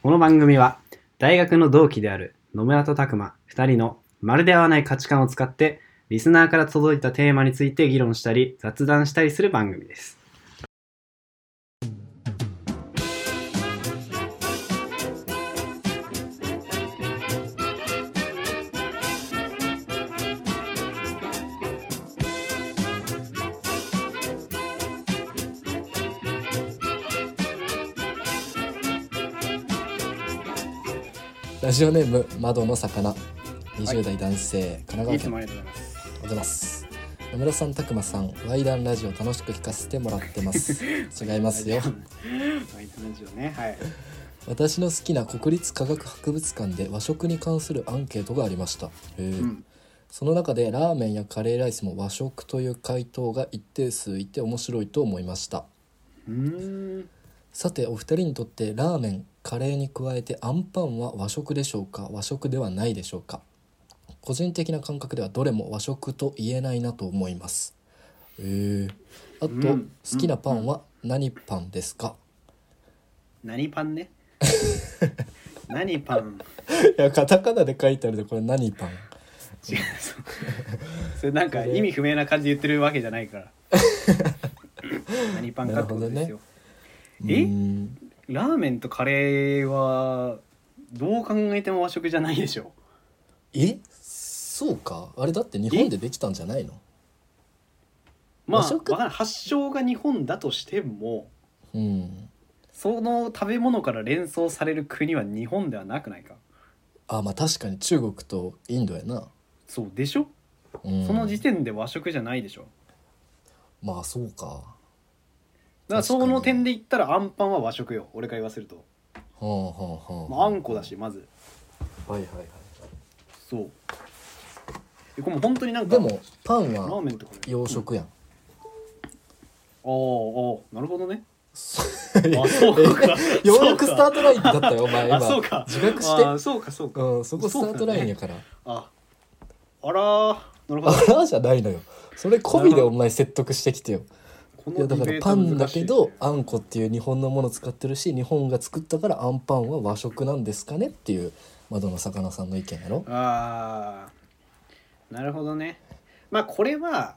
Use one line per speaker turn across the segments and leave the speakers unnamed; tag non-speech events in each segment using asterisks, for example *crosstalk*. この番組は大学の同期である野村と拓磨2人のまるで合わない価値観を使ってリスナーから届いたテーマについて議論したり雑談したりする番組です。
ラジオネーム窓の魚20代男性、神奈川
いつ
県
も
おは
あ
よ
りがとうございます。
うございます野村さんたくまさんワイダンラジオ楽しく聞かせてもらってま
*laughs*
す違いますよ
ワイドラジオね。はい。
私の好きな国立科学博物館で和食に関するアンケートがありましたへえ
うん。
その中でラーメンやカレーライスも和食という回答が一定数いて面白いと思いました
うーん。
さてお二人にとってラーメンカレーに加えてアンパンは和食でしょうか和食ではないでしょうか個人的な感覚ではどれも和食と言えないなと思いますえー、あと、
うん
好きなパンは何パンですか、 *laughs*
何パ *laughs* ンね。何パン。
いやカタカナで書いてあるでこれ何パン
違う。そうそれなんか意味不明な感じで言ってるわけじゃないから。 *laughs* 何パンかってことですよ。え
うーん
ラーメンとカレーはどう考えても和食じゃないでしょ
えそうかあれだって日本でできたんじゃないの
まあ
和食
わかんない発祥が日本だとしても
うん
その食べ物から連想される国は日本ではなくないか
あまあ確かに中国とインドやな、
そうでしょ、
うん、
その時点で和食じゃないでしょ
まあそうか
だから
確かに
その点で言ったらアンパンは和食よ俺から言わせると、
はあはあはあ、
まあ、あんこだしまず
はいはいはい
そうえこれもう本当になんか
でもパン
ラー
は
メンとかね
洋
うん
食やん、
あーあーなるほどね
よ
あそう
*laughs*
か
うやくスタートラインだったよお前今
あそうか
自覚し
あー
て
そうかそうか
うんそこスタートラインやから、
ああらーなるほど
*laughs* あらじゃないのよそれ込みでお前説得してきてよ
こ
いやだからパンだけどあんこっていう日本のもの使ってるし日本が作ったからあんパンは和食なんですかねっていう窓の魚さんの意見やろ
あーなるほどねまあこれは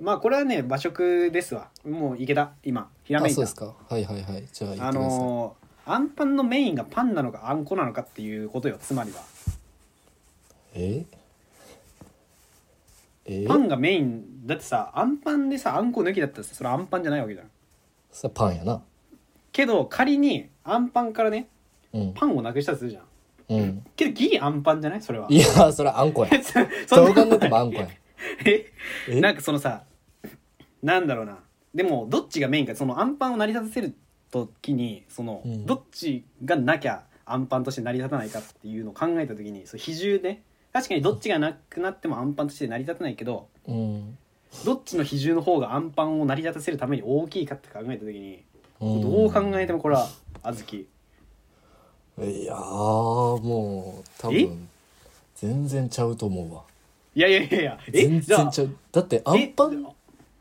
まあこれはね和食ですわもういけた今ひら
あ
めい
そう
た
ですかはいはいはいじゃあ言っ
あ
てください、
のーあんパンのメインがパンなのかあんこなのかっていうことよつまりは
ええ
パンがメインだってさあんパンでさあんこ抜きだったらさそれあんパンじゃないわけじゃん
さパンやな
けど仮にあんパンからね
うん
パンをなくしたとするじゃん
うん
けどギリあんパンじゃないそれはい
やそれあんこや
*laughs* そ
そ
ん
う
な
考えてもあんこや
*laughs* え
え
なんかそのさなんだろうなでもどっちがメインかそのアンパンを成り立たせる時にその、
うん
どっちがなきゃアンパンとして成り立たないかっていうのを考えた時にそう比重ね確かにどっちがなくなってもアンパンとして成り立たないけど
うん
どっちの比重の方がアンパンを成り立たせるために大きいかって考えた時に、
うん
どう考えてもこれは小豆
いやーもう多
え
分全然ちゃうと思うわ
いやいやいやいやえ
全
じゃ
然
あ
ちゃうだってアンパ
え
ン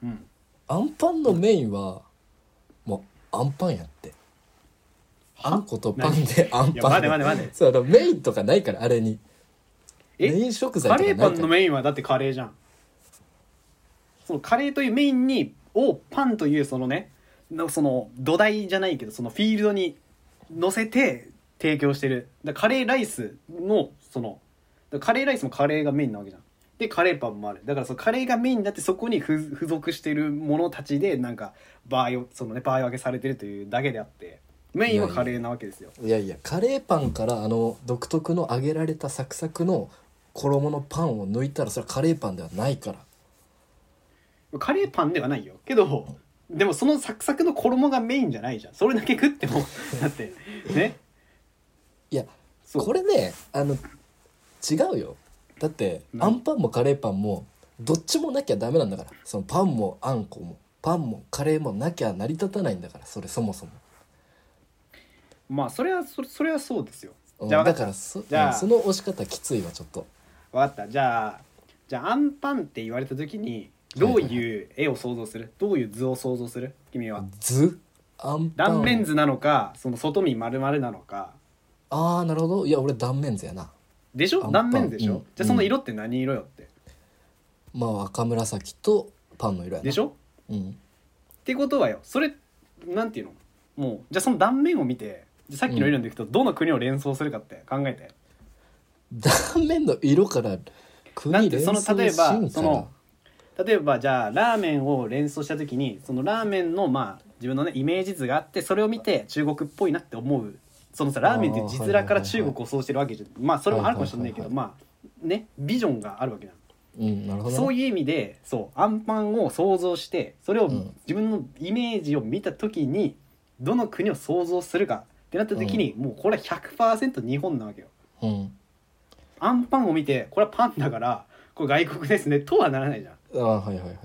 うん
アンパンのメインはもうアンパンやってあんことパンでアン
いや
パ
待
ン
て待て待て
*laughs* そうだからメインとかないからあれにメ
え
イン食材
カ
とかな
レ
い
ー
か
パ
ら
ンのメインはだってカレーじゃんそのカレーというメインにをパンというそのねのその土台じゃないけどそのフィールドに乗せて提供してるだカレーライスのそのだカレーライスもカレーがメインなわけじゃんでカレーパンもあるだからそのカレーがメインだってそこに付付属してるものたちでなんか場合をそのね場合分けされてるというだけであってメインはカレーなわけですよ
いやいやカレーパンからあの独特の揚げられたサクサクの衣のパンを抜いたらそれはカレーパンではないから
カレーパンではないよけどでもそのサクサクの衣がメインじゃないじゃんそれだけ食って
*laughs*
もだってね
いや
そう
これねあの違うよだって
何
アンパンもカレーパンもどっちもなきゃダメなんだからそのパンもあんこもパンもカレーもなきゃ成り立たないんだからそれそもそも
まあそれはそれそれはそうですよ
うん
じゃあ分
だ
か
か
っ
らそ
じゃあ
うんその押し方きついわちょっと
た分かったじゃあじゃあアンパンって言われた時にどういう絵を想像するどういう図を想像する君は
図アンパン
断面図なのかその外見丸々なのか
ああなるほどいや俺断面図やな
でし
あんぱ
ょ
ん
断面でしょ、
うん
じゃあその色って何色よって
まあ赤紫とパンの色やな
でしょっ
うん
てことはよそれなんていうのもうじゃあその断面を見てじゃあさっきの色でいくとどの国を連想するかって考えて、
断面の色から
だっ
国
て
連
そ
想
の
しん
例えば
か
そ
ら
の例えばじゃあラーメンを連想した時にそのラーメンのまあ自分のねイメージ図があってそれを見て中国っぽいなって思うそのさラーメンって字面から中国をそうしてるわけじゃんまあそれもあるかもしれないけど
はい
まあねビジョンがあるわけなの
うんなるほど
そう
ね
いう意味でそうアンパンを想像してそれを
うん
自分のイメージを見た時にどの国を想像するかってなった時にもうこれは100%日本なわけよ。
うん
アンパンを見てこれはパンだからこれ外国ですねとはならないじゃん。
ああはいはいはいはい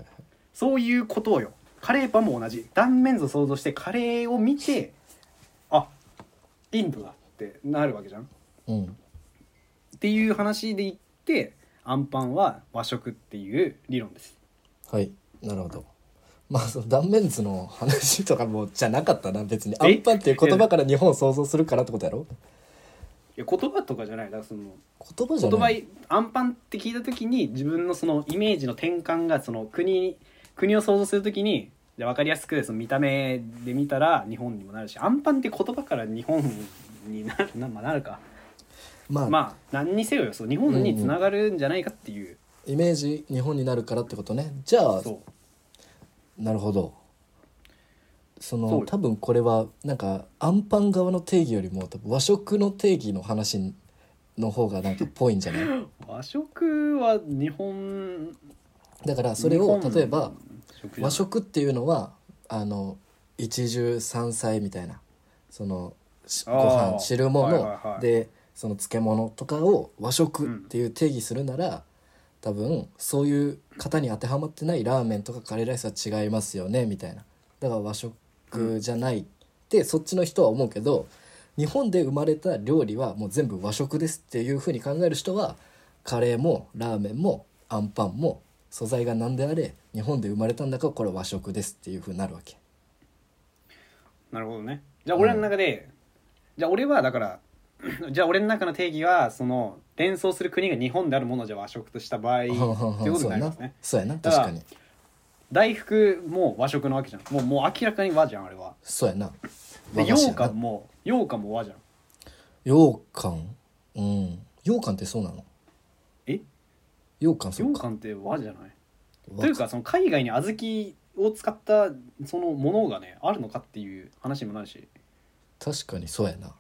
そういうことをよカレーパンも同じ断面図を想像してカレーを見てあインドだってなるわけじゃん。っ
うん
ていう話で言ってアンパンは和食っていう理論です。
はいなるほどまあその断面図の話とかもじゃなかったな別にア
え
ンパンっていう言葉から日本を想像するからってことやろ
いや言葉とかじゃないだからその
言葉じゃ
言
な
葉
い
いアンパンって聞いた時に自分のそのイメージの転換がその国に国を想像する時にじゃあ分かりやすくその見た目で見たら日本にもなるしアンパンって言葉から日本になな,、まあ、なるか、
まあ、
まあ何にせよよそう日本につながるんじゃないかっていう、
イメージ日本になるからってことねじゃあ
そう
なるほどその
そうよ
多分これはなんかアンパン側の定義よりも多分和食の定義の話の方がなんかぽいんじゃない
*laughs* 和食は日本
だからそれを
日本
例えば
食じゃない
和食っていうのはあの一汁三菜みたいなそのし
あ
ご
ー
飯汁物、
はいはいはい
でその漬物とかを和食
うん
っていう定義するなら、多分そういう方に当てはまってないラーメンとかカレーライスは違いますよねみたいなだから和食じゃないってそっちの人は思うけど日本で生まれた料理はもう全部和食ですっていうふうに考える人はカレーもラーメンもアンパンも素材が何であれ日本で生まれたんだからこれは和食ですっていうふうになるわけ。
なるほどねじゃあ俺の中で、じゃあ俺はだから *clears throat* じゃあ俺の中の定義はその連想する国が日本であるものじゃ和食とした場合ということに
そ
な
うや
りま
な
すね
*laughs* そうやな
だか
確
ら
かに
大福も和食なわけじゃんもうもう明らかに和じゃんあれは
そうやな。
で
和菓子
羊
やな
羹も羊羹も和じゃん
羊羹うん羊羹ってそうなの
え
羊羹そう
羊
か
羹って和じゃない
和
というかその海外に小豆を使ったそのものがねあるのかっていう話にもなるし
確かにそうやな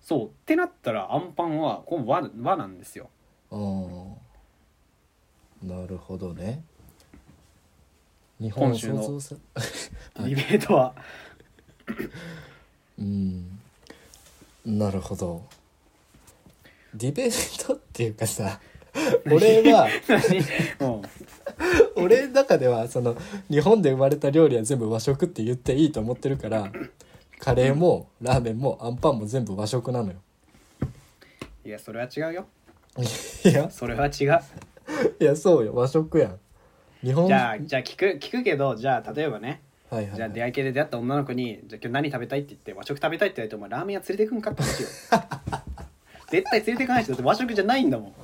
そうってなったらアンパンはこの和和なんですよ
うんなるほどね日本を
今週の
想像さ
デ
はい
ィベートは、 *laughs*
うんなるほどディベートっていう
*laughs*
かさ俺は
うん
俺の中ではその日本で生まれた料理は全部和食って言っていいと思ってるからカレーもラーメンもアンパンも全部和食なのよ
いやそれは違うよ
いや
それは違う
いやそうよ和食やん日本
じゃあじゃあ聞く聞くけどじゃあ例えばね
はいはい
じゃ
は
あ
い、
出会い系で出会った女の子に「じゃあ今日何食べたい?」って言って和食食べたいって言われて「お前ラーメン屋連れてくんか?」って話よ絶対連れてかない人だって和食じゃないんだもん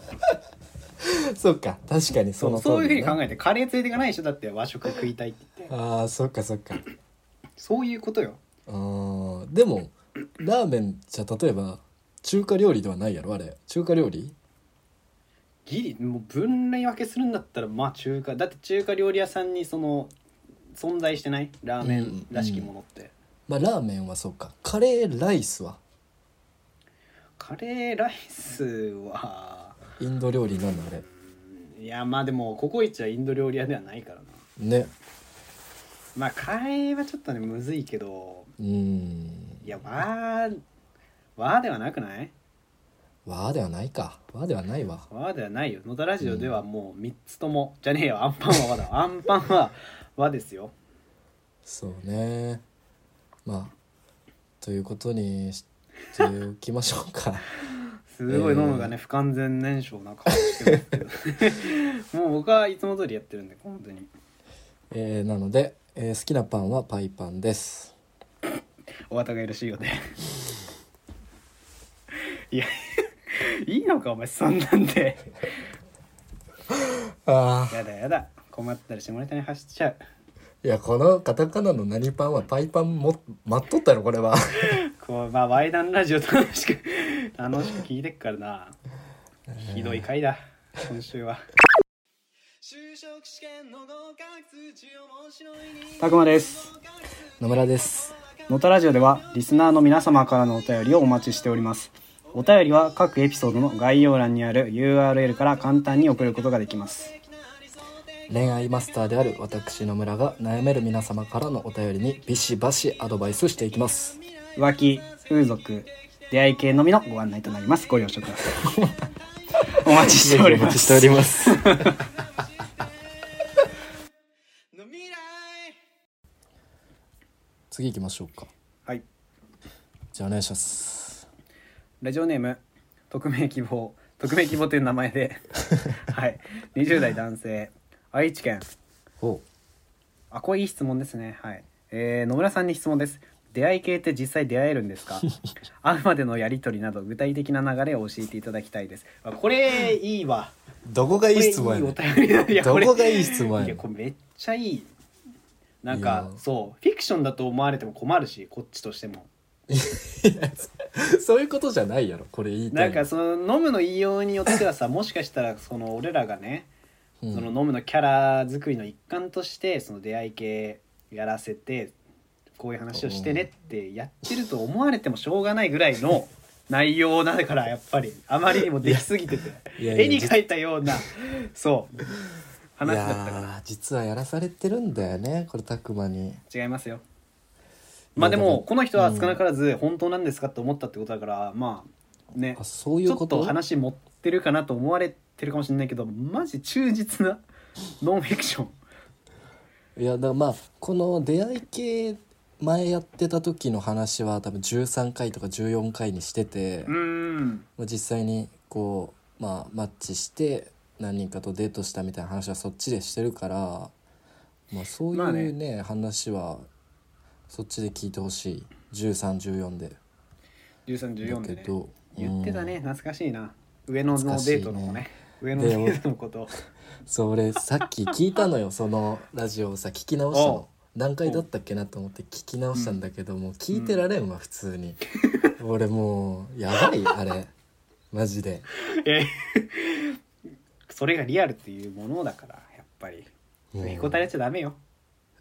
そうか確かにそ
そ
の
うそういうふうに
え
考えてカレー連れてかない人だって和食食いたいって言って
ああそっかそっか
そういうことよ
あーでもラーメンじゃ例えば中華料理ではないやろあれ中華料理
ギリもう分類分けするんだったらまあ中華だって中華料理屋さんにその存在してないラーメンらしきものって、
まあラーメンはそうかカレーライスは
カレーライスは
インド料理なんだあれ
いやまあでもココイチはインド料理屋ではないからな
ね
まあカレーはちょっとねむずいけど
うーん
いや和和ではなくない
和ではないか和ではないわ
和ではないよ野田ラジオではもう3つとも、じゃねえよアンパンは和だアンパンは和ですよ
そうねまあということにしておきましょうか
すごい飲むがね、不完全燃焼な顔してますけど *laughs* もう僕はいつも通りやってるんで本当に
えーなので、えー好きなパンはパイパンです
お後がよろしいようでいいのかお前そんなんで
ああ
やだやだ困ったら下ネタに走っちゃう
いやこのカタカナの何パンはパイパンも待っとったやろこれは
こうまあワイダンラジオ楽しく楽しく聞いてっからなひどい回だ今週はたくまです
*laughs* 野村です
のたラジオではリスナーの皆様からのお便りをお待ちしておりますお便りは各エピソードの概要欄にある URL から簡単に送ることができます
恋愛マスターである私野村が悩める皆様からのお便りにビシバシアドバイスしていきます
浮気風俗出会い系のみのご案内となりますご了承くださ
*laughs*
いお待ちしており
お
ま
待ちし
す
ております *laughs* 次行きましょうか
はい
じゃあお願いします
ラジオネーム匿名希望匿名希望という名前
*laughs*
ではい20代男性愛知県
お
あこれいい質問ですねはい、えー、野村さんに質問です出会い系って実際出会えるんです
*laughs*
か会うまでのやり取りなど具体的な流れを教えていただきたいですあこれいいわ
どこがいい質問や
こ
ねん
れいいお便りだいや
*laughs* ど
れ
こがいい質問や
い
ね
や
ん
これめっちゃいいなん
い
か
や
そうフィクションだと思われても困るしこっちとしても
*laughs* そういうことじゃないやろこれ言いた
ないんかその飲むの言いようによってはさもしかしたらその俺らがね、
うん
その飲むのキャラ作りの一環としてその出会い系やらせてこういう話をしてねってやってると思われてもしょうがないぐらい
*laughs*
の内容だからやっぱりあまりにもできすぎてて
いやいや
絵に描いたようなそう話だったか
い
ら
やー実はやらされてるんだよねこれたくまに
違いますよまあで
いやで
も
も
この人は少なからず本当なんですかって思ったってことだからまあね
あそうい
ち
う
ょ
こ
っと
と
話持ってるかなと思われてるかもしれないけどマジ忠実なノンフィクション
いやだからまあこの出会い系前やってた時の話は多分13回とか14回にしてて、
うーん
まあ実際にこう、まあ、マッチして何人かとデートしたみたいな話はそっちでしてるから、まあ、そうい
まあ
う
ね
ね話はそっちで聞いてほしい1314で。
1314で、
だ
ね
け、ど
言ってた
うん
ね懐かしいな上野の
懐かしいね
デートのもね上野のデートのこと
そう俺さっき聞いたの
*laughs*
よそのラジオをさ聞き直したの何回だったっけなと思って聞き直したんだけど、もう聞いてられんわ普通に俺もうやばいあれマジで
*laughs* えそれがリアルっていうものだからやっぱり
うん
へこたれちゃダメよ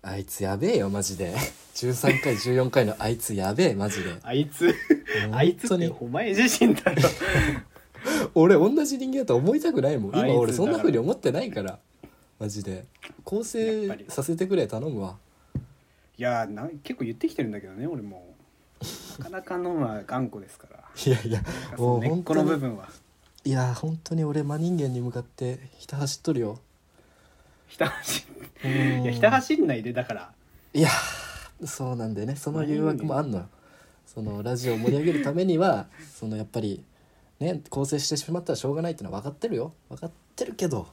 あいつやべえよマジで13回14回のあいつやべえマジで
あいつ
うん
あいつっ
本当
て
に
お前自身だろ
俺同じ人間だと思いたくないもん
あ
今
いつ
俺そんな風に思ってないからマジで構成
やっぱり
させてくれ頼むわ
いやーなん結構言ってきてるんだけどね俺もなかなかのは頑固ですから
いやいやもう
根っ
本
こ
当
の
に
部分はい
や本当に俺真人間に向かってひた走っとるよ
ひた走
い
んいやひた走んないでだから
いやーそうなんだよねその誘惑もあんのよそのラジオを盛り上げるためにはそのやっぱりね構成してしまったらしょうがないってのは分かってるよ分かってるけど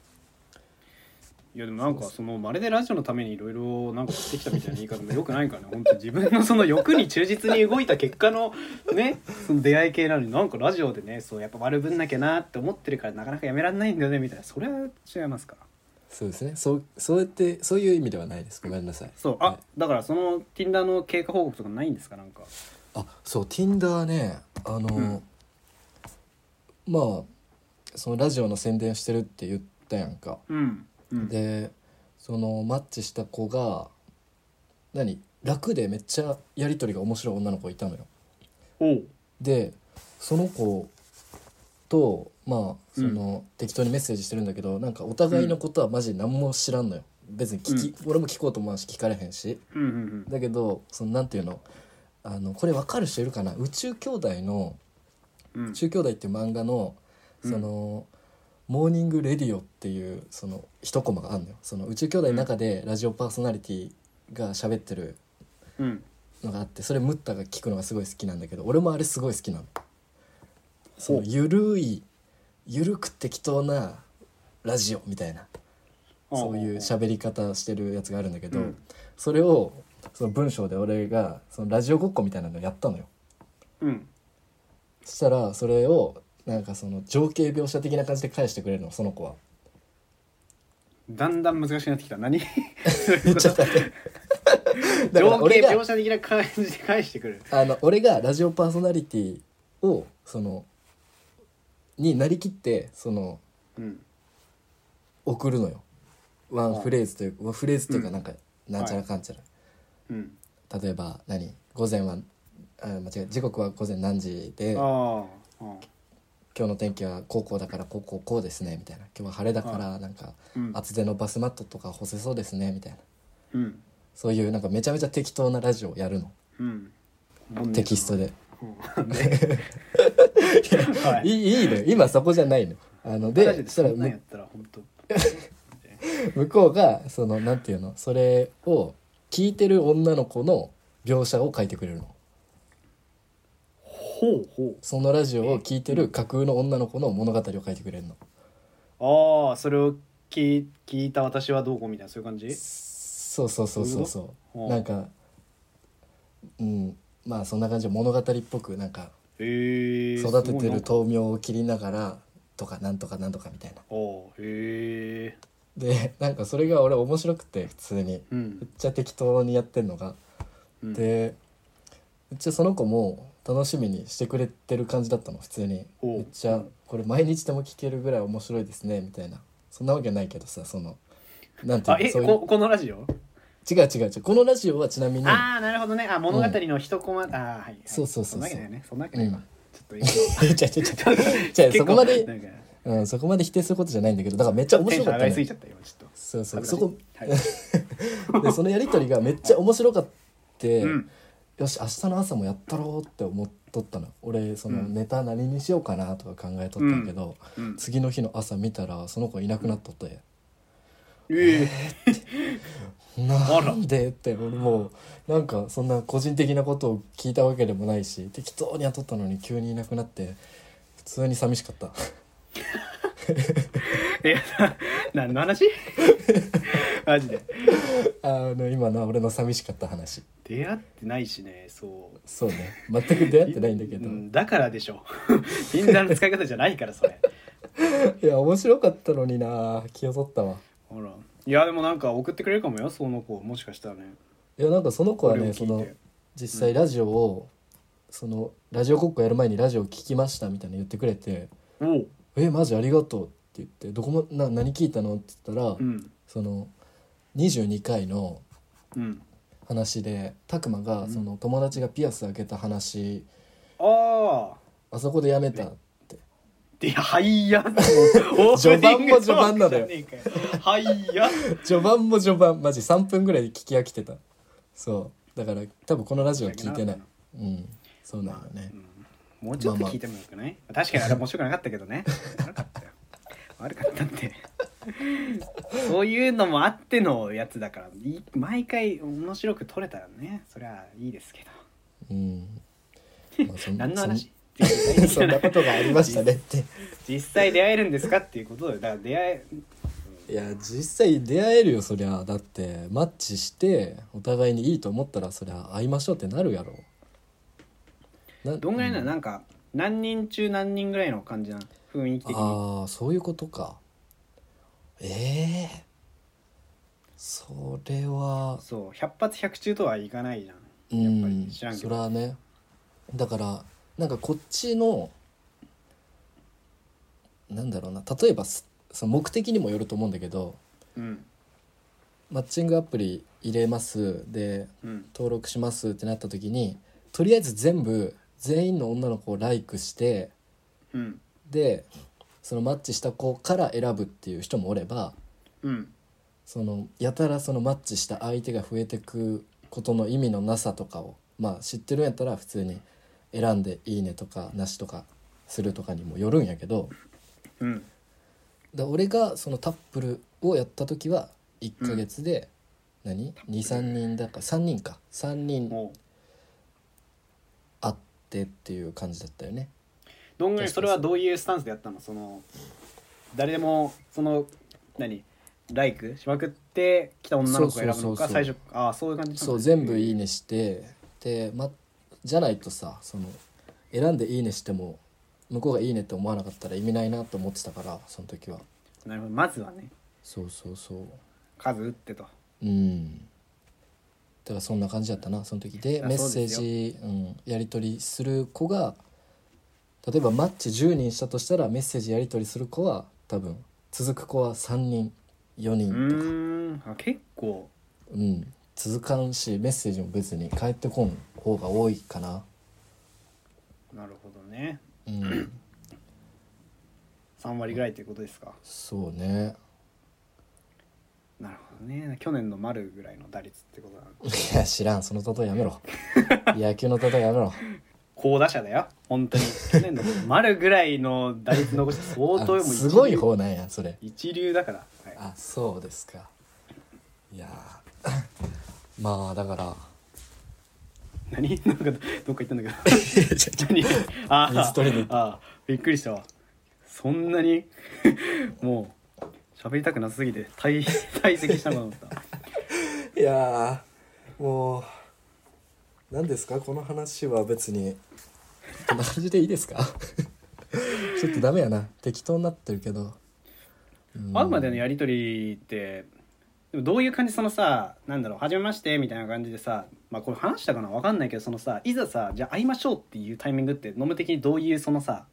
いやでもなんかそのまるでラジオのためにいろいろなんかやってきたみたいな言い方もよくないからね本当自分のその欲に忠実に動いた結果のねその出会い系なのになんかラジオでねそうやっぱ悪ぶんなきゃなって思ってるからなかなかやめられないんだよねみたいなそれは違いますから
そうですねそうそうやってそういう意味ではないですごめんなさい
そうあ
ね
だからその Tinder の経過報告とかないんですかなんか
あそう Tinder ねあの、
うん
まあそのラジオの宣伝してるって言ったやんか、
うんうん
でそのマッチした子が何楽でめっちゃやり取りが面白い女の子いたのよ
おう
でその子とまあその、適当にメッセージしてるんだけどなんかお互いのことはマジ何も知らんのよ別に聞き、俺も聞こうと思わんし聞かれへんし
うんうん
だけどそのなんていうのあのこれ分かる人いるかな宇宙兄弟の
うんうん
「宇宙兄弟」っていう漫画の
うん
その、モーニングレディオっていうその一コマがあるのよその宇宙兄弟の中でラジオパーソナリティが喋ってる
うん
のがあってそれムッタが聞くのがすごい好きなんだけど俺もあれすごい好きなの。そ
ほ
の
う
ゆるいゆるく適当なラジオみたいなそういう喋り方してるやつがあるんだけど、
うん
それをその文章で俺がそのラジオごっこみたいなのやったのよ。
うん
そしたらそれをなんかその情景描写的な感じで返してくれるのそ
*laughs*
の子は
だんだん難しくなってきた
*laughs*
何
言っちゃったね
*laughs*
だか
情
ら
景
俺
描
が
写的な感じで返してくる
あの俺がラジオパーソナリティをそのになりきってその
うん
送るのよワン
うん
フレーズというかフレーズというか
うん
なんか、なんちゃらかんちゃら、
うん
例えば何午前はあ間違え時刻は午前何時で今
ああうん
日の天気はこうこうだからこうこうこうですねみたいな今日は晴れだからなんか
うん
厚手のバスマットとか干せそうですねみたいな
うん
そういうなんかめちゃめちゃ適当なラジオをやるの
うんうん
テキストで
うんねはい
*laughs* いいいいのよ今そこじゃないのあの
マジ
でそしたら
そんなんや
む
ったら本当
向こうがそのなんていうのそれを聞いてる女の子の描写を書いてくれるの
ほうほ
そのラジオを聞いてる架空の女の子の物語を書いてくれるの
うああそれを聞い聞いた私はどうこうみたいなそういう感じ
そうそうそうそうそ
ほ
う
う
なんかうんまあそんな感じで物語っぽくなんか
へえ
育ててる
と
豆苗を切りながらとかなんとかなんとかみたいな
おへえ
でなんかそれが俺面白くて普通に
う
めっ
ん
ちゃ適当にやってんのが
うん
でうちその子も楽しみにしてくれてる感じだったの普通に
おう
めっちゃこれ毎日でも聞けるぐらい面白いですねみたいなそんなわけないけどさそのなんて
あ
いう
え
のそういう
ここのラジオ
違う違う違うこのラジオはちなみに
ああなるほどねあ物語の一コマ、ああはい、はい、
そうそうそうそ
そんなわ
う
けだよねそんなわけ
う
ない
ん
わ、ちょっと今
ちゃちゃちゃじ
*laughs*
ゃあそこまで
結構なんか
うん、そこまで否定することじゃないんだけどだからめっちゃ面
テン
白
ション
か
上が
ったの
りす
よ
ぎちゃったよちょっと
そうそう
恥ず
そ
かし
こ
いはい
でそのやり取りがめっちゃ面白かって、
うん
よし明日の朝もやったろうって思っとったの俺その
うん
ネタ何にしようかなとか考えとったんやけど、
うん
次の日の朝見たらその子いなくなっとって、
ええ
な
あら
んでって俺もうなんかそんな個人的なことを聞いたわけでもないし適当に雇ったのに急にいなくなって普通に寂しかった *laughs*
えな何の話 *laughs* マジで
あの今のは俺の寂しかった話
出会ってないしねそう
そうね全く出会ってないんだけど、
うんだからでしょインナーの使い方じゃないからそれ
いや面白かったのにな気を取ったわ
ほらいやでもなんか送ってくれるかもよその子もしかしたらね
いやなんかその子は
これ
ね
を聞
そ
いて
の実際ラジオを、そのラジオごっこやる前にラジオ聞きましたみたいなの言ってくれて
おう
「えマジありがとう」って言って「どこもな何聞いたの?」って言ったら、
うん
その22回の
うん
話で拓磨がその友達がピアス開けた話、
ああ
あそこでやめたって
で、はいや、もうオープニングトーク
*laughs* 序盤も序盤なの
*laughs*
よ
じゃねえかよはい
*laughs*
や。
*laughs* 序盤も序盤マジ3分ぐらいで聞き飽きてたそうだから多分このラジオは聞いてないうんそうなのよね、
もうちょっと聞いてもよくない、確かにあれ面白くなかったけどね。悪かったよ。悪かったって。そういうのもあってのやつだから、い毎回面白く撮れたらね、そりゃいいですけど。
うん、まあそん
何の話
そんそんなことがありましたねって
*laughs* 実際出会えるんですかっていうことだよ。だから出会
いや実際出会えるよそりゃだってマッチしてお互いにいいと思ったらそりゃ会いましょうってなるやろな
え、どんぐらいなの
う
なんか、何人中何人ぐらいの感じなの雰囲気的に。
ああそういうことかええそれは
そう、100発100中とはいかないじゃん。
う
やっぱり
ん
知らんけ
そ
ど
れはねだからなんかこっちのなんだろうな例えばすその目的にもよると思うんだけど
うん。
マッチングアプリ入れますで
うん。
登録しますってなった時にとりあえず全部全員の女の子をライクして
うん
でそのマッチした子から選ぶっていう人もおれば
うん
そのやたらそのマッチした相手が増えてくことの意味のなさとかをまあ知ってるんやったら普通に選んで「いいね」とか「なし」とかするとかにもよるんやけど
うん
だ俺がそのタップルをやった時は1ヶ月で何23人だから3人か3人
もう
会ってっていう感じだったよね。
どんぐらいそれはどういうスタンスでやったのその誰でもその何ライクしまくってきた女の子を選ぶのか
そうそうそうそう
最初ああそういう感じなの
そう全部「いいね」してで、ま、じゃないとさその選んで「いいね」しても向こうがいいねって思わなかったら意味ないなと思ってたからその時は
なるほどまずはね
そうそうそう
数打ってと
うんだからそんな感じだったなその時で
あ
メッセー
そう
ジう、ん、やり取りする子が例えばマッチ10人したとしたらメッセージやり取りする子は多分続く子は3人4
う
人とか
ーんあ結構
うん、続かんしメッセージも別に返ってこん方が多いかな
なるほどね
うん
3割ぐらいということですか
そうね
なるほどね去年の丸ぐらいの打率ってことなの
いや知らんその例えやめ *laughs* ろ野球の例えやめろ
好打者だよ本
*laughs*
当に去年の丸ぐらいの打率残して相当
あ
もう一
すごい
流
方なんやそれ
一流だから、はい
あそうですかいやー *laughs* まあだから
何 *laughs* なんかどどっか行ったんだけど何
*laughs*
あ
水取りに行っ
あびっくりしたわそんなに *laughs* もう喋りたくなさすぎて退 *laughs* 退席したのかと思った
いやーもう何ですかこの話は別にこんな感じでいいですか *laughs* ちょっとダメやな適当になってるけど、うん
会うまでのやり取りってでもどういう感じそのさなんだろう初めましてみたいな感じでさまあこれ話したかなわかんないけどそのさいざさじゃあ会いましょうっていうタイミングってノム的にどういうそのさ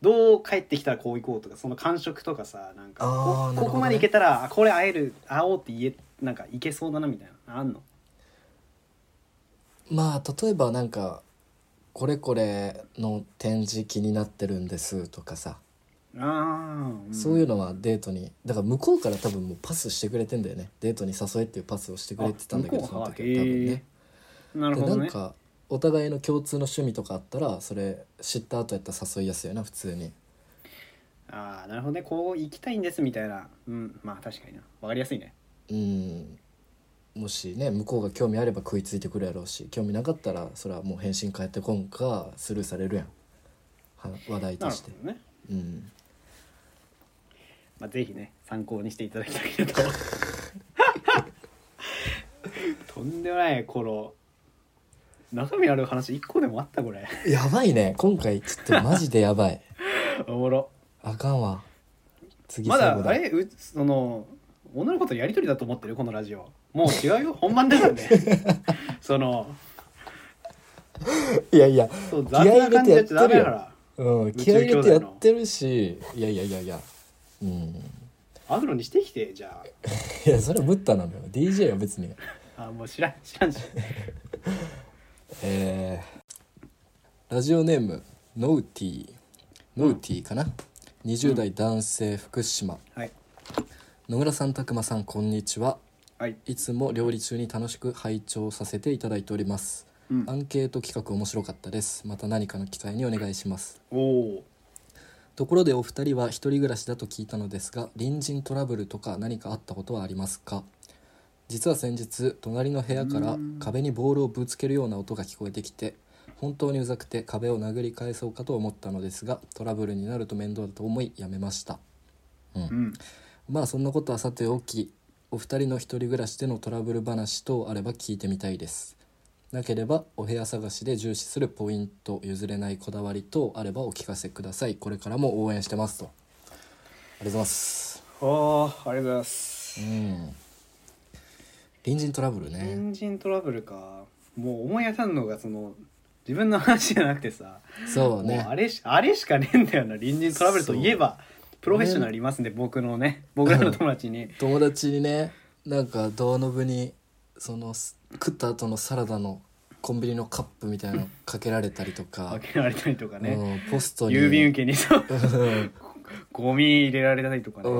どう帰ってきたらこう行こうとかその感触とかさなんか
あーなるほど
こ,、
ね
ここまで行けたらあこれ会える会おうって言えなんか行けそうだなみたいなのあんの
まあ例えばなんかこれこれの展示気になってるんですとかさ、
ああ、
そういう
の
のはデートにだから向こうから多分もうパスしてくれてんだよねデートに誘えっていうパスをしてくれてたんだけど
あ
その時
向こう
は
は
多分ね
なる
で
ほど
なん
ね
かお互いの共通の趣味とかあったらそれ知った後やったら誘いやすいよな普通に
ああなるほどねこう行きたいんですみたいなうんまあ確かになわかりやすいね
うんもしね向こうが興味あれば食いついてくるやろうし興味なかったらそれはもう返信返ってこんかスルーされるやんは話題
な
と
る
し
ほ
て
どね
うん
まあ、ぜひね参考にしていただきたいけど *laughs* とんでもないこの中身ある話一個でもあったこれ
やばいね今回ちょっとマジでやばい
おもろ
あかんわ次
まだ
最後
あれうその女の子とやりとりだと思ってるこのラジオもう違うよ
*laughs*
本番だからねその
いやいや
そう
気合
雑
い入れ
な
て
感じやっちゃダメだから
うん
宙
気合い入れて
兄
や
弟の
ってるしいやいやいやいやうん
アフロにしてきてじゃ
いやそれはムッタなのよ DJ は別に
ああもう知らん知らんし
えーラジオネームノウティーノウティーかな、20代男性福島
はい
野村さん拓磨さんこんにちは
はい
いつも料理中に楽しく拝聴させていただいております
うん
アンケート企画面白かったですまた何かの機会にお願いします
おお
ところでお二人は一人暮らしだと聞いたのですが隣人トラブルとか何かあったことはありますか実は先日隣の部屋から
うん
壁にボールをぶつけるような音が聞こえてきて本当にうざくて壁を殴り返そうかと思ったのですがトラブルになると面倒だと思いやめました
うん
まあそんなことはさておきお二人の一人暮らしでのトラブル話等あれば聞いてみたいですなければお部屋探しで重視するポイント譲れないこだわり等あればお聞かせくださいこれからも応援してますとありがとうございます
おーありがとうございます
うん隣人トラブルね
隣人トラブルかもう思い当たるのがその自分の話じゃなくてさ、
そう
もう
ね
あれしあれしかねえんだよな隣人トラブルといえばプロフェッショナルいますんで、僕のね僕らの友達に
友達にねなんかドアノブにそのす食った後のサラダのコンビニのカップみたいなのかけられたりとか
分、けられたりとかね、
うん、ポストに
郵便受けに
*laughs*
そう
うん
ゴミ入れられたりとかね、
う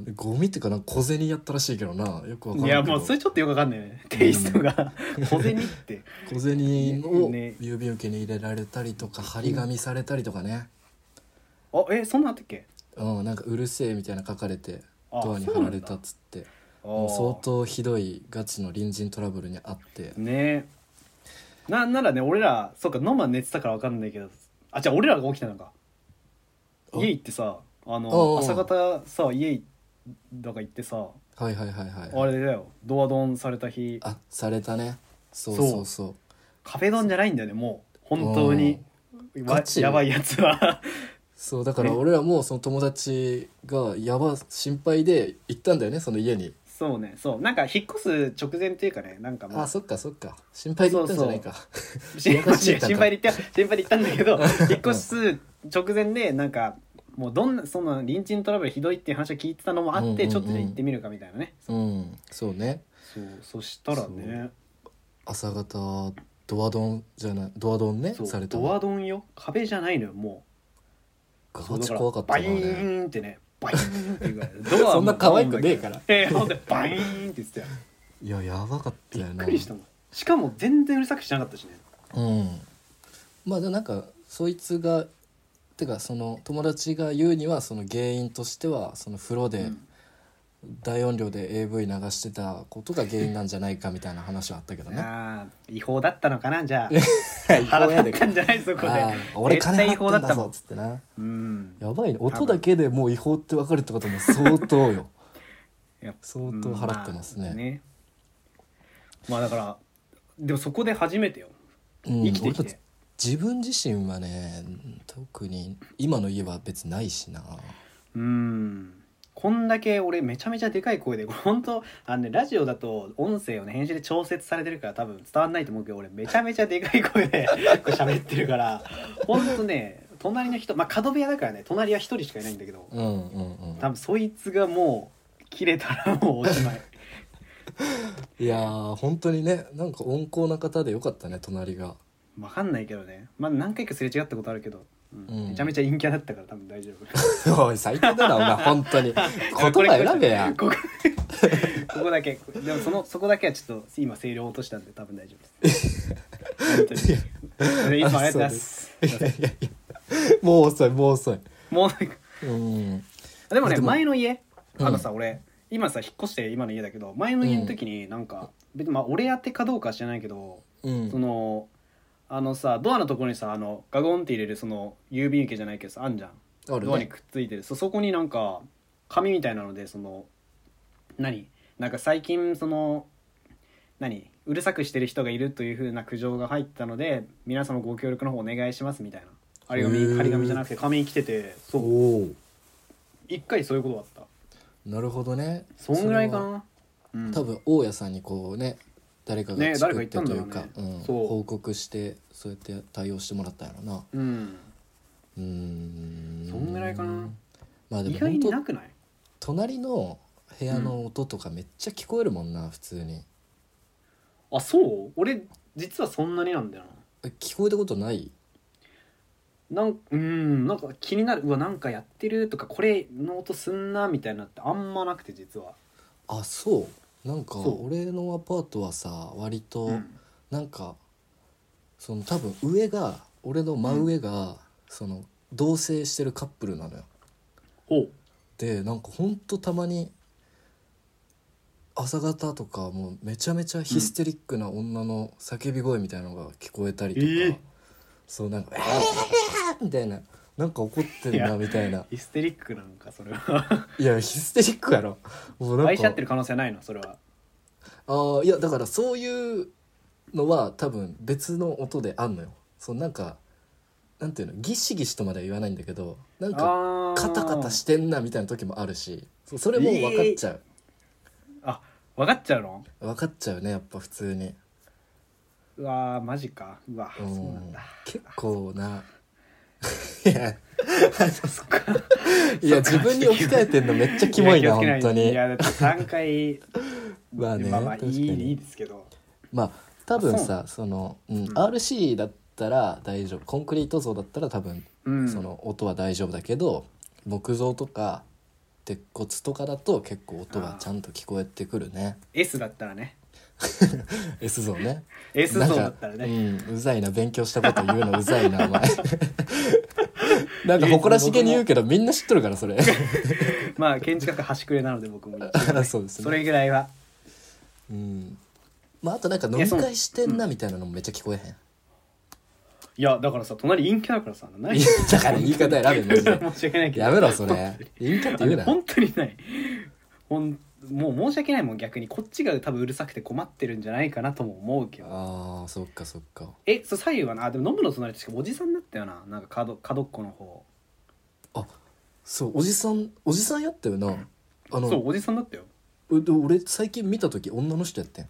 ん、ゴミっていうかなんか小銭やったらしいけどなよくわかんないい
や
けど
もうそれちょっとよくわかんないねテイストが小銭って
小銭を
ね
郵便受けに入れられたりとか張り紙されたりとかね、
あえそんなんあったっけ
うん、なんか「うるせえ」みたいな書かれて
あ
ドアに貼られたっつってもう相当ひどいガチの隣人トラブルにあって
ねえなんならね俺らそうかノマ寝てたから分かんないけどあじゃあ俺らが起きたのか
あ
家行ってさあ
おうお
の
う
朝方さ家だから行ってさ
はいはいはいはい
あれだよドアドンされた日
あされたねそうそうそう
カフェドンじゃないんだよねもう本当にわ
ガチ
やばいやつは *laughs*
そうだから
ね
俺らもその友達がやば心配で行ったんだよねその家に
そうねそうなんか引っ越す直前っていうかねなんかも
あ
う
そっかそっか心配で行ったんじゃないか
心
やらしい
*laughs* 心配で言った心配で言ったんだ
*laughs*
けど引っ越す直前でなんかもうどんなその隣人トラブルひどいっていう話を聞いてたのもあって、
うんうんうん
ちょっとじゃあ行ってみるかみたいなね
うんそうね
そうそしたらね
朝方ドアドンじゃないドアドンね
そう
されたの
ドアドンよ壁じゃないのよもう
ガチ怖かった
バ
な
イ
あれ
ーンってねバイーンっていうぐらい
*laughs*
ドアも
そんな可愛くねえから
ええほんでバイーンって言ってたよ
いややばかった
びっ
よな
くりしたもんしかも全然うるさくしなかったしね
うんまあでもなんかそいつがてかその友達が言うにはその原因としてはその風呂で
うん
大音量で AV 流してたことが原因なんじゃないかみたいな話はあったけどね
あー違法だったのかなじ
*laughs*
ゃあ
は
*laughs*
い
腹
こうや
立
で
ったんじゃないそこ
あ
で
あ俺
絶
金
対
払
違法
っ
だ
て
った
んだ
も
ぞ
ん
っつってな
うん
やばいね音だけでもう違法って分かるってことも相当よ
やっぱ
相当払ってますね,、
まあ、まあだからでもそこで初めてよ
うん
*laughs* 生きてき
俺
て
た、自分自身はね特に今の家は別にないしな
うん、こんだけ俺めちゃめちゃでかい声でこれ *laughs* 本当あのねラジオだと音声をね編集で調節されてるから多分伝わんないと思うけど俺めちゃめちゃでかい声で *laughs* こう喋ってるから本当ね隣の人まあ角部屋だからね隣は一人しかいないんだけど
うんうんうん
多分そいつがもう切れたらもうおしまい *laughs*
いやー本当にねなんか温厚な方でよかったね隣が *laughs*
わかんないけどねまあ何回かすれ違ったことあるけど、うん
うん
めちゃめちゃ陰キャだったから多分大丈夫
おい最低だなお前本当に言葉選べや
ここ *laughs* ここだけでもそのそこだけはちょっと今声量落としたんで多分大丈夫です本当にいつもありがとうございます
いやいやいやもう遅いもう遅い
もうなんか
うん
でもね
でも
前の家
うん
あのさ、俺今さ引っ越して今の家だけど前の家の時になんか、別にまあ俺やってかどうかは知らないけど、
うん
そのあのさドアのところにさあのガゴンって入れるその郵便受けじゃないけどさあんじゃん
ある
ドアに
ね
くっついてるそそこになんか紙みたいなのでその何なんか最近その何うるさくしてる人がいるというふうな苦情が入ったので皆様ご協力の方お願いしますみたいな貼り
へ
紙
ー
貼り紙じゃなくて紙に来てて
お
そう
おー
一回そういうことだっ
なるほどね
たそんぐらいか
それは
な、うん、
多分大家さんにこうね誰か
ね
が
誰か
作っ
言った
て
んだ
とい
よ
う
ね
か、うん、
そう
報告してそうやって対応してもらったんやろな
うん
うーん
そんぐらいかな
まあで
意外
も本
に
当
なくない
隣の部屋の音とかめっちゃ聞こえるもんな、普通に
あそう俺実はそんなになんだよ
え聞こえたことない
ななんうんなんか気になるうわなんかやってるとかこれの音すんなみたいなってあんまなくて実は
あそうなんか
そう
俺のアパートはさ割と
うん
なんか、その多分上が俺の真上が、その同棲してるカップルなのよ
ほう
でなんかほんとたまに朝方とかもうめちゃめちゃヒステリックな女の叫び声みたいなのが聞こえたりとか、
えー
そうなんか「えー!」みたいななんか怒ってん
いや
なみたいな
ヒステリックなんかそれは
いやヒステリックやろもうなんか
愛し合ってる可能性ないのそれは
あーいやだからそういうのは多分別の音であんのよそのなんかなんていうのギシギシとまでは言わないんだけどなんか
あー
カタカタしてんなみたいな時もあるしそうそれも分かっちゃう、
あ分かっちゃうの
分かっちゃうねやっぱ普通に
うわーマジかうわ
う
そうんなん
*laughs*
だ
結構な *laughs* いや
そっか
いや自分に置き換えてんのめっちゃキモい
いや
な
気をつけな
本
い
当に
いやだって3回
*laughs* まあね
まあまあい
確か
い
に
いいですけど
まあ多分さその、うん、RC だったら大丈夫コンクリート像だったら多分
うん
その音は大丈夫だけど、木造とか鉄骨とかだと結構音はちゃんと聞こえてくるね
S だったらね
S 像ね
S
なん
像
か
だったらね
うん、うざいな勉強したこと言うのうざいな
*laughs*
お前なんか誇らしげに言うけどみんな知っとるか
*laughs*
らそれ
まあ建築学端くれなので僕も一応
あ *laughs* そうですね
それぐらいは
うんまああとなんか飲み会してんなみたいなのもめっちゃ聞こえへん
いやだからさ隣陰キャだからさない
いやだから言
*laughs*
い方選べマジで
申し訳ないけど
やめろそれ陰キャって言うな
本当にないほんもう申し訳ないもん逆にこっちが多分うるさくて困ってるんじゃないかなとも思うけど
あーそっかそっか
えそう左右はなあでも飲むの隣ってしかもおじさんだったよななんか角角っこの方
そうおじさんおじさんやったよなあ
そ
の
うおじさんだったよ
うで俺最近見た時女の人やってん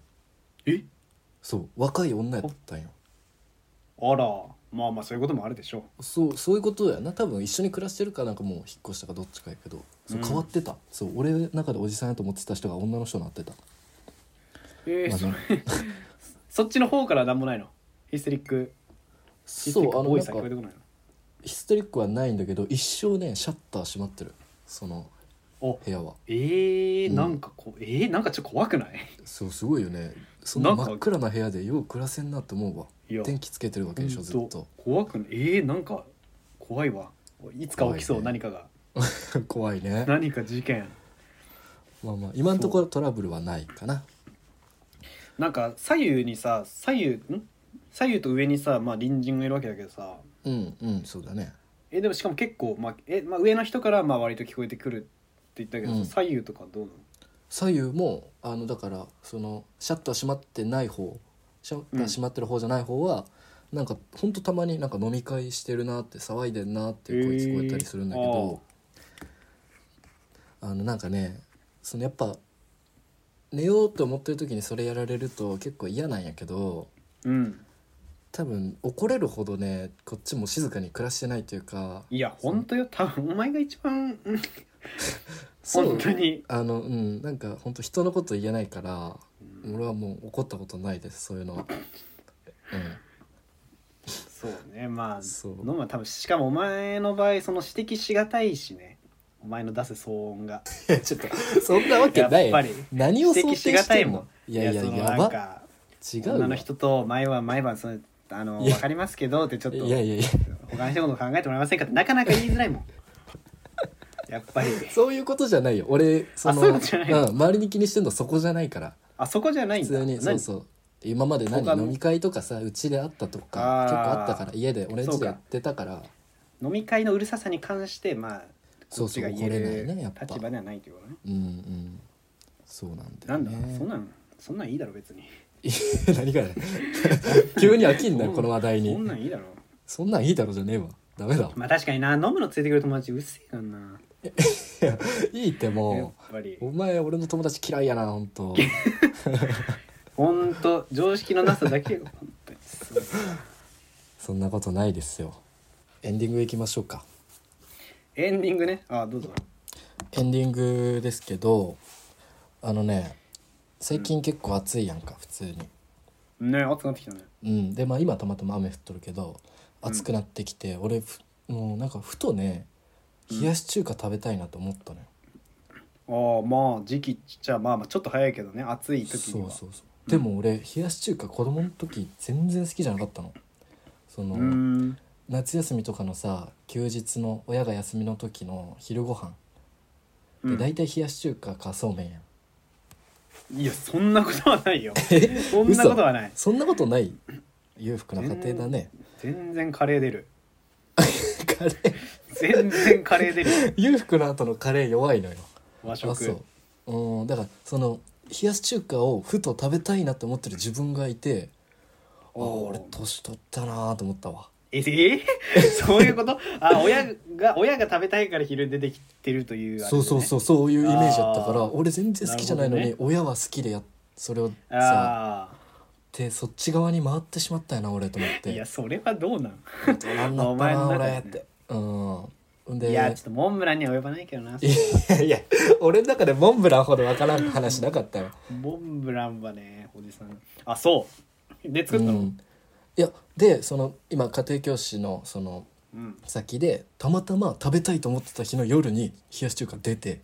え
そう若い女やったんよ
あらまあまあそういうこともあるでしょ
そうそういうことやな多分一緒に暮らしてるかなんかもう引っ越したかどっちかやけどそう
うん
変わってた、そう俺の中でおじさんやと思ってた人が女の人になってた
うえー
まあ
そ *laughs* そっちの方からなんもないのヒステリックヒステ
そ
リック
うあの
多
ないん
さ
か
聞こえてこない
ヒステリックはないんだけど一生ねシャッター閉まってるその
のお
部屋は
えー、
うん
なんかこうえー、なんかちょっと怖くない
そうすごいよねそんな
なんか
真っ暗な部屋でよう暮らせんなと思うわ
いや
電気つけてるわけでしょずっ
ほん
と
と怖くないえー、なんか怖いわいつか起きそう、
怖い
何
ね
かが
怖いね
*laughs* 何か事件
まあまあ今のところトラブルはないかな
なんか左右にさ左右ん左右と上にさまあ隣人がいるわけだけどさ
うんうんそうだね
えでもしかも結構、まあえまあ、上の人からまあ割と聞こえてくるって言ったけどさ、
うん
左右とかどうなの
左右もあのだからそのシャッター閉まってない方シャッター閉まってる方じゃない方は、なんかほんとたまになんか飲み会してるなって騒いでんなっていう声聞こえたりするんだけど、あのなんかねそのやっぱ寝ようと思ってる時にそれやられると結構嫌なんやけど
うん
多分怒れるほどねこっちも静かに暮らしてないというか
いや本当よ多分お前が一番うん
そう
本当に
あのうんなんか本当人のこと言えないから俺はもう怒ったことないですそういうのは。うん
そうねまあ
そう
飲むは多分しかもお前の場合その指摘しがたいしねお前の出す騒音が
いや *laughs* ちょっとそんなわけない
やっぱり
何を想定
指摘しが
したて
い
ん
も
の
ん
いやいや
そ
や
のなん
ば
か
違う
女の
わ
人と毎晩毎晩そのあの
いや
分かりますけどってちょっと
いやいやいや
他の人のこと考えてもらえませんかってなかなか言いづらい
*laughs*
もんやっぱり
そういうことじゃないよ俺その
そういうことじゃないの
うん、周りに気にしてんのそこじゃないから
あそこじゃない
普
んだ
通にそう
何
そう今まで何
他の
飲み会とかさうちであったとか結構
あー
あったから家で俺ん
そう
ち
か
でやってたから
飲み会のうるささに関してまあこ
そ
っ
うそ
ち
う
が言え
怒れないねやっ
る
ぱ
立場ではないということね
うんうんそうなんだ
な
よ
んだ
ね
そんなんそんなんいいだろ別に
*laughs* 何がやねん急に飽きんなよこの話題
そん
に
なんいいだろ
そんなんいいだろじゃねえわダメだ
まあ確かにな飲むのついてくる友達うっせえよない
いって
やっ
も
ぱり
うお前俺の友達嫌いやな本当。
ほんと常識のなさだけよ本当にそう
そんなことないですよ。エンディングいきましょうか。
エンディングねあどうぞ
エンディングですけど、あのね、最近結構暑いやんか、普通に。
ね暑くなってきたね
うん。で、まあ今たまたま雨降っとるけど、暑くなってきて、俺ふ、もうなんかふとね、冷やし中華食べたいなと思ったのよ。
ああまあ時期じゃあまあまあちょっと早いけどね暑い時
そ
に
う
は
そうそう。でも俺、冷やし中華子供の時全然好きじゃなかったの。その、
うーん
夏休みとかのさ、休日の親が休みの時の昼ご飯で大体冷やし中華かそうめんやん。
いやそんなことはないよ
*laughs* え
そんなことはない
そんなことない裕福な家庭だね。
全然カレー出る
カレー
全然カレー出るよ
裕福な後のカレー弱いのよ。
和
あ
食
そう。うんだからその冷やし中華をふと食べたいなって思ってる自分がいて、あー
おー
俺年取ったなーと思ったわ。
ええ *laughs* そういうことあ親が親が食べたいから昼出てきてるという、ね、
そうそうそうそういうイメージだったから、
あー
俺全然好きじゃないのに、
なる
親は好きでやそれをさ
あ
でそっち側に回ってしまったよな俺と思っ
あいや
て。
それはどうなん
大人になったな
お前の中で
俺
ね
って。うん。で
いやちょっとモンブランには及ばないけどない
やいや俺の中でモンブランほどわからん話なかったよ。
モンブランはねおじさんあそうで作ったの、
うんいやでその今家庭教師のその
うん
先でたまたま食べたいと思ってた日の夜に冷やし中華出て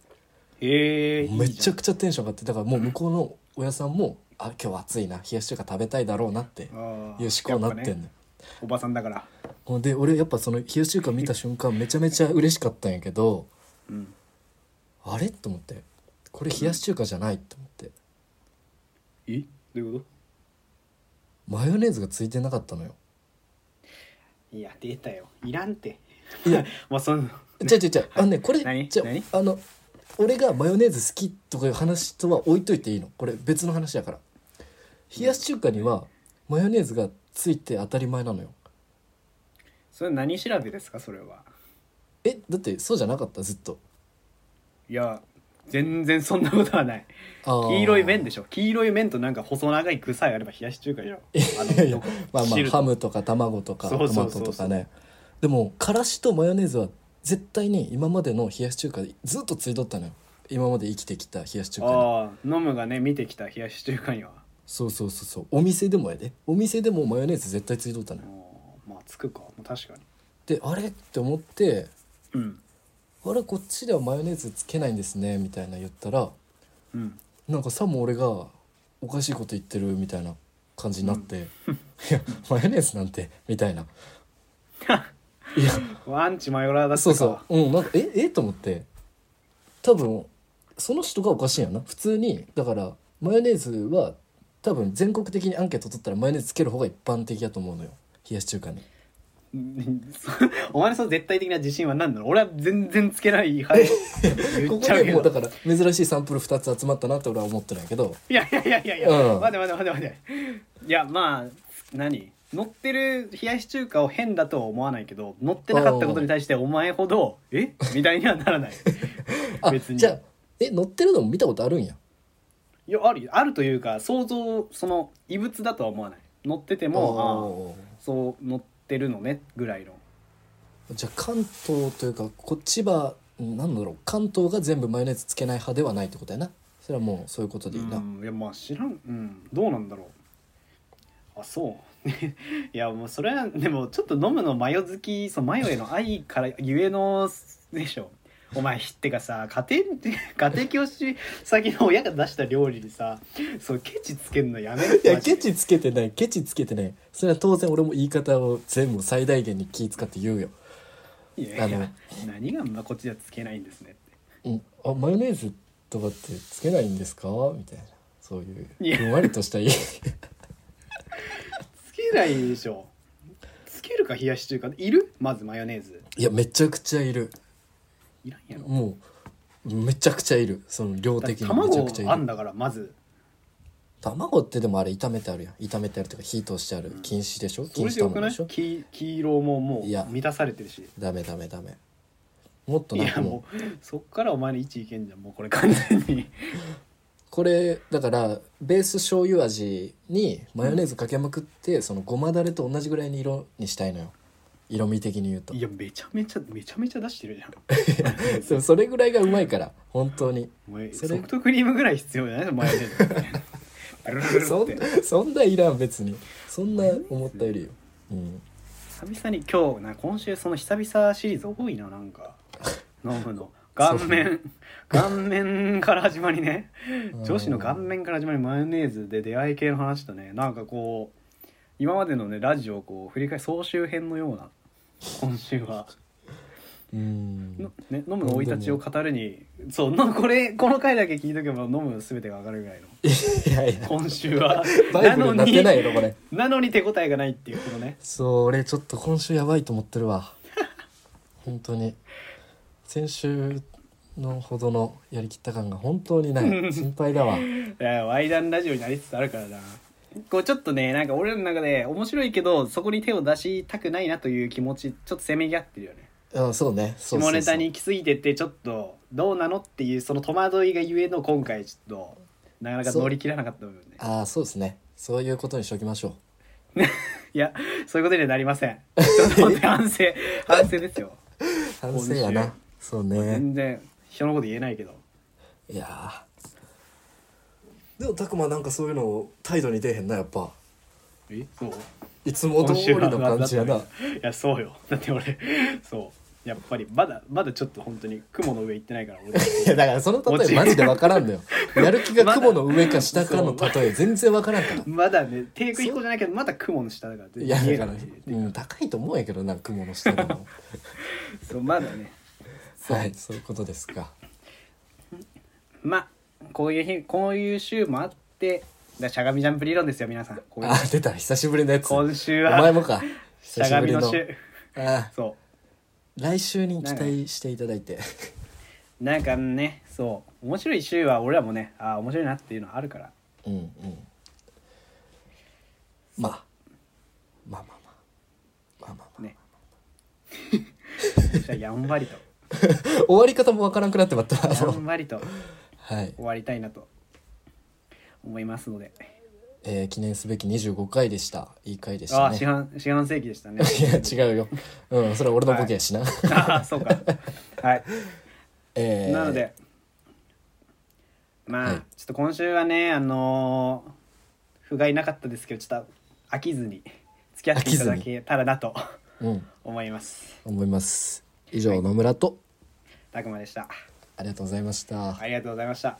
へえいいじゃん
めちゃくちゃテンション上がってだからもう向こうの親さんも「あ今日暑いな冷やし中華食べたいだろうな」っていう
ああ
思考になって
やぱ
んの
ね、おばさんだから
ほんで俺やっぱその冷やし中華見た瞬間めちゃめちゃ嬉しかったんやけど
うん
あれと思ってこれ冷やし中華じゃないと思って
えどういうこ
マヨネーズがついてなかったのよ。
といや出たよいらんって
いや
*laughs* まあその
違う違う違うあのねこれ
何
じゃ
何
あの俺がマヨネーズ好きとかいう話とは置いといていいのこれ別の話だから冷やし中華にはマヨネーズがついて当たり前なのよ
それ何調べですかそれは
えだってそうじゃなかったずっと
いや全然そんなことはない黄
黄
色い麺でしょ黄色い麺となんか細長い具さえあれば冷やし中華じゃんあ
いやいや
の
まあまあ
汁と
ハムとか卵とかト
そう
マ
そう
ト
そうそう
とかねでもからしとマヨネーズは絶対に今までの冷やし中華でずっとついとったのよ今まで生きてきた冷やし中華に
ああ飲むがね見てきた冷やし中華には
そうそうそうそうお店でもやでお店でもマヨネーズ絶対ついとったのよ
もうまあつくかもう確かに
であれって思って
うん
あれこっちではマヨネーズつけないんですねみたいな言ったら
うん
なんかさも俺がおかしいこと言ってるみたいな感じになって「いやマヨネーズなんて」みたいないや
アンチマヨラーだったか
そうそううんなんかええと思って多分その人がおかしいんやな普通にだからマヨネーズは多分全国的にアンケート取ったらマヨネーズつける方が一般的だと思うのよ冷やし中華に
うんそ *laughs* お前のその絶対的な自信は何なの俺は全然つけない派
*laughs*
言
こ
っ
こ
ちゃうけ
でも
ど
うだから珍しいサンプル2つ集まったなって俺は思ってるんやけど
いやいやいやいやいや、
うん
待て待て待て待ていやまあ何乗ってる冷やし中華を変だとは思わないけど乗ってなかったことに対してお前ほど「えみたいにはならない *laughs*
あ
別に
じゃあえ乗ってるのも見たことあるんや
いやあるあるというか想像その異物だとは思わない乗ってても
も
ああそう乗ってるのねぐらいの
じゃあ関東というかこっちはなんだろう関東が全部マヨネーズつけない派ではないってことやなそれはもうそういうことでいいな、
うんいやまあ知らんうんどうなんだろうあそう *laughs* いやもうそれはでもちょっと飲むのマヨ好きそのマヨへの愛からゆえのでしょお前って *laughs* かさ家庭家庭教師先の親が出した料理にさそうケチつけんのやめろ
いや
マジで
ケチつけてないケチつけてないそれは当然俺も言い方を全部最大限に気使って言うよ、
いやい
あ
や
の
何がまあこっちではつけないんですねって
うん、あマヨネーズとかってつけないんですかみたいなそういう
いや
ふんわり
*laughs*
としたい
つけないでしょつけるか冷やし中華いるまずマヨネーズ
いやめちゃくちゃいる
いらんやろ
もうめちゃくちゃいるその量
だっ
的
て
にめちゃ
卵
くちゃいる
あんだからまず
卵ってでもあれ炒めてあるやん炒めてあるというか火通してある禁止でしょ
そ
禁
れ
止
でよく
卵
な
で
い
しょ
黄黄色ももう
いや
満たされてるし
ダメダメダメもっと
い
なん
や
かもう
もうそっからお前の位置いけんじゃんもうこれ完全
*laughs*
に
これだからベース醤油味にマヨネーズかけまくって、そのごまだれと同じぐらいの色にしたいのよ色味的に言うと
いやめちゃめちゃめちゃめちゃ出してるじゃん
そうそれぐらいがうまいから本当に
お前
*laughs* そ
ソ
れ
フトクリームぐらい必要じゃない
*laughs*
マヨネーズブルルルル
そ
っ
ん
て
そんないらん別にそんな思ったよりよ、うん、
久々に今日な今週その久々シリーズ多いななんか飲む
*laughs*
の顔面顔面から始まりね女子の顔面から始まりマヨネーズで出会い系の話とねなんかこう今までのねラジオをこう振り返り総集編のような今週は、
うん
のね、飲む生い立ちを語るにそうのこれこの回だけ聞いとけば飲む全てが上がるぐらいの
いやいや
今週は
バイブルになってないのこれ
なのに手応えがないっていうことね
そう俺ちょっと今週やばいと思ってるわ *laughs* 本当に先週のほどのやりきった感が本当にない
*laughs*
心配だわ
いやワイダンラジオになりつつあるからなこうちょっとねなんか俺らの中で面白いけどそこに手を出したくないなという気持ちちょっとせめぎ合ってるよね
うんそうねそ
下
うそうそう
ネタに行き過ぎてってちょっとどうなのっていうその戸惑いがゆえの今回ちょっとなかなか乗り切らなかった部分ね
ああそうですねそういうことにしときましょ
いやそういうことにはなりませんちょっと本当に
*laughs*
反省反省ですよ
う反省や
今
なそうね
全然人のこと言えないけど
いやーでも拓磨なんかそういうの態度に出へんなやっぱ
えそう
いつも通りの感じや
今週は
ない
やそうよだって俺そうやっぱりまだまだちょっと本当に雲の上行ってないから俺
いやだからその例えマジで分からんの
*laughs*
よやる気が雲の上か下かの例え全然分からんから
まだね低空飛行じゃないけどまだ雲の下だから
いやだから、
見え
う
ない
ん、高いと思うんやけどな雲の下
*laughs*
でも
そうまだね
はいそういうことですか
まあこういう日こういう週もあってだしゃがみジャンプ理論ですよ皆さんこういう
あ出た久しぶりのやつお
今週
前
は
もか
しゃがみの *laughs*
久しぶり
週
のあ
そ
来週に期待していただいて
うなんかねそう面白い週は俺らもねああ面白いなっていうのはあるから
うんうんまあまあまあまあまあまあまあ
ね *laughs* じゃあやんばりと
*laughs* 終わり方もわからなくなってまったあ
や
の
んばりと
はい、
終わりたいなと思いますので
えー記念すべき25回でしたいい回でし
あ
た
あ
ね
四半四半世紀でしたね
いや違うようんそれは俺のボケやしな、
ああそうかはい
*laughs* えー
なのでまあ、
はい
ちょっと今週はねあのー不甲斐なかったですけどちょっと飽きずに付き合っていただけたらなと
うん
思います
思います以上野村と
たくまでした
ありがとうございました、
ありがとうございました